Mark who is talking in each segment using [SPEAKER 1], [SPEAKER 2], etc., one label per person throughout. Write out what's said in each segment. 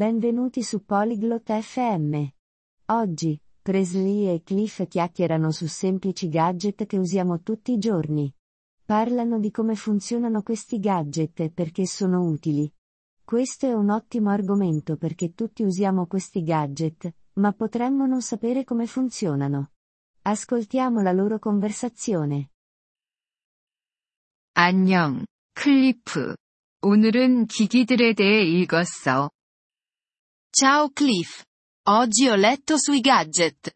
[SPEAKER 1] Benvenuti su Polyglot FM. Oggi, Presley e Cliff chiacchierano su semplici gadget che usiamo tutti i giorni. Parlano di come funzionano questi gadget e perché sono utili. Questo è un ottimo argomento perché tutti usiamo questi gadget, ma potremmo non sapere come funzionano. Ascoltiamo la loro conversazione.
[SPEAKER 2] 안녕, 클리프. 오늘은 기기들에 대해 읽었어.
[SPEAKER 3] Ciao Cliff. Oggi ho letto sui gadget.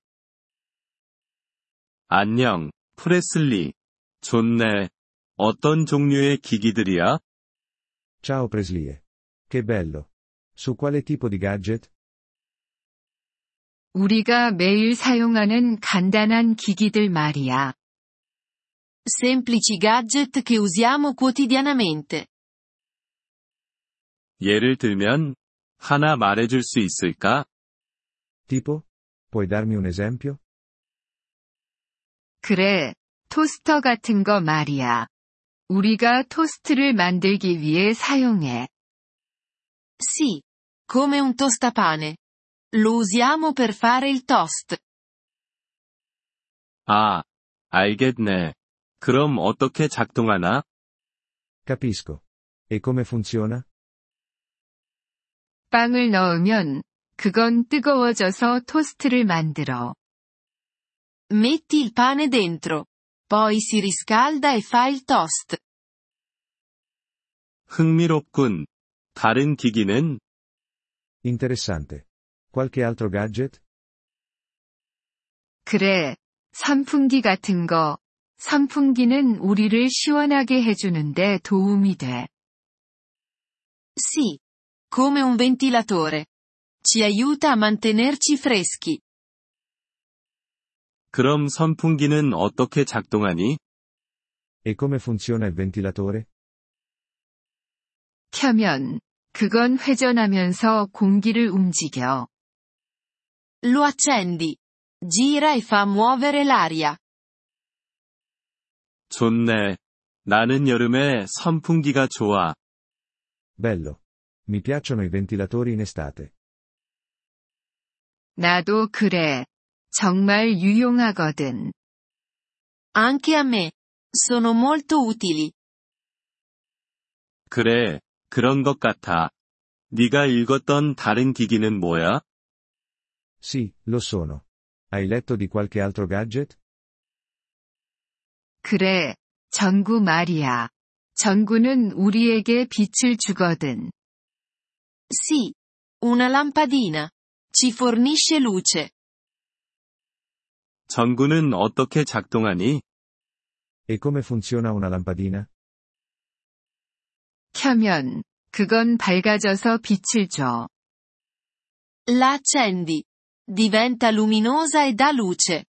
[SPEAKER 4] 안녕, 프레슬리. 좋네. 어떤 종류의 기기들이야?
[SPEAKER 5] Ciao Preslie. Che bello. Su quale tipo di gadget?
[SPEAKER 2] 우리가 매일 사용하는 간단한 기기들 말이야.
[SPEAKER 3] Semplici gadget che usiamo quotidianamente.
[SPEAKER 4] 예를 들면, 하나 말해줄 수 있을까?
[SPEAKER 5] Tipo? Puoi darmi un esempio?
[SPEAKER 2] 그래, 토스터 같은 거 말이야. 우리가 토스트를 만들기 위해 사용해.
[SPEAKER 3] Sì. Come un tostapane. Lo usiamo per fare il toast.
[SPEAKER 4] 아, 알겠네. 그럼 어떻게 작동하나?
[SPEAKER 5] Capisco. E come funziona?
[SPEAKER 2] 빵을 넣으면 그건 뜨거워져서 토스트를 만들어.
[SPEAKER 3] Metti il pane dentro. Poi si riscalda e fa il toast.
[SPEAKER 4] 흥미롭군. 다른 기기는?
[SPEAKER 5] Interessante. Qualche altro gadget?
[SPEAKER 2] 그래, 선풍기 같은 거. 선풍기는 우리를 시원하게 해주는데 도움이 돼.
[SPEAKER 3] Sì. Come un ventilatore. Ci aiuta a mantenerci freschi.
[SPEAKER 4] 그럼 선풍기는 어떻게 작동하니?
[SPEAKER 5] E come funziona il ventilatore?
[SPEAKER 2] 켜면 그건 회전하면서 공기를 움직여.
[SPEAKER 3] Lo accendi. Gira e fa muovere l'aria.
[SPEAKER 4] 좋네. 나는 여름에 선풍기가 좋아.
[SPEAKER 5] Bello. Mi piacciono i ventilatori in estate.
[SPEAKER 2] 나도 그래. 정말 유용하거든.
[SPEAKER 3] Anche a me. Sono molto utili.
[SPEAKER 4] 그래, 그런 것 같아. 네가 읽었던 다른 기기는 뭐야?
[SPEAKER 5] Sì, lo sono. Hai letto di qualche altro gadget?
[SPEAKER 2] 그래, 전구 말이야. 전구는 우리에게 빛을 주거든.
[SPEAKER 3] Sì. Una lampadina. Ci fornisce luce.
[SPEAKER 4] 전구는 어떻게 작동하니?
[SPEAKER 5] E come funziona una lampadina?
[SPEAKER 2] 켜면 그건 밝아져서 빛을 줘.
[SPEAKER 3] La accendi. Diventa luminosa e dà luce.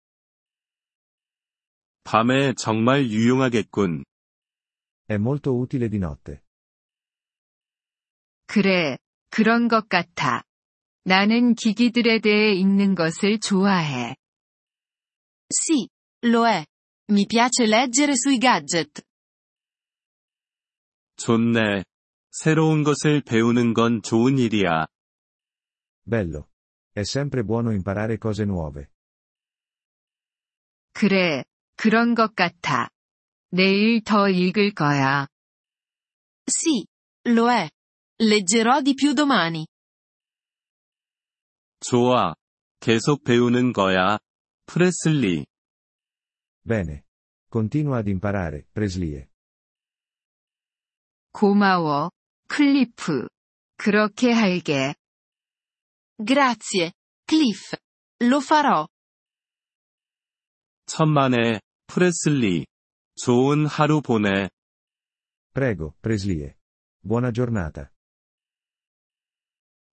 [SPEAKER 4] 밤에 정말 유용하겠군.
[SPEAKER 5] È molto utile di notte.
[SPEAKER 2] 그래, 그런 것 같아. 나는 기기들에 대해 읽는 것을 좋아해.
[SPEAKER 3] Sì. Lo è. Mi piace leggere sui gadget.
[SPEAKER 4] 좋네. 새로운 것을 배우는 건 좋은 일이야.
[SPEAKER 5] Bello. È sempre buono imparare cose nuove.
[SPEAKER 2] 그래, 그런 것 같아. 내일 더 읽을 거야.
[SPEAKER 3] Sì. Lo è. Leggerò di più domani.
[SPEAKER 4] 좋아. 계속 배우는 거야. 프레슬리.
[SPEAKER 5] Bene. Continua ad imparare, Preslie.
[SPEAKER 2] 고마워, 클리프. 그렇게 할게.
[SPEAKER 3] Grazie. Cliff. Lo farò.
[SPEAKER 4] 천만에, 프레슬리. 좋은 하루 보내.
[SPEAKER 5] Prego, Preslie. Buona giornata.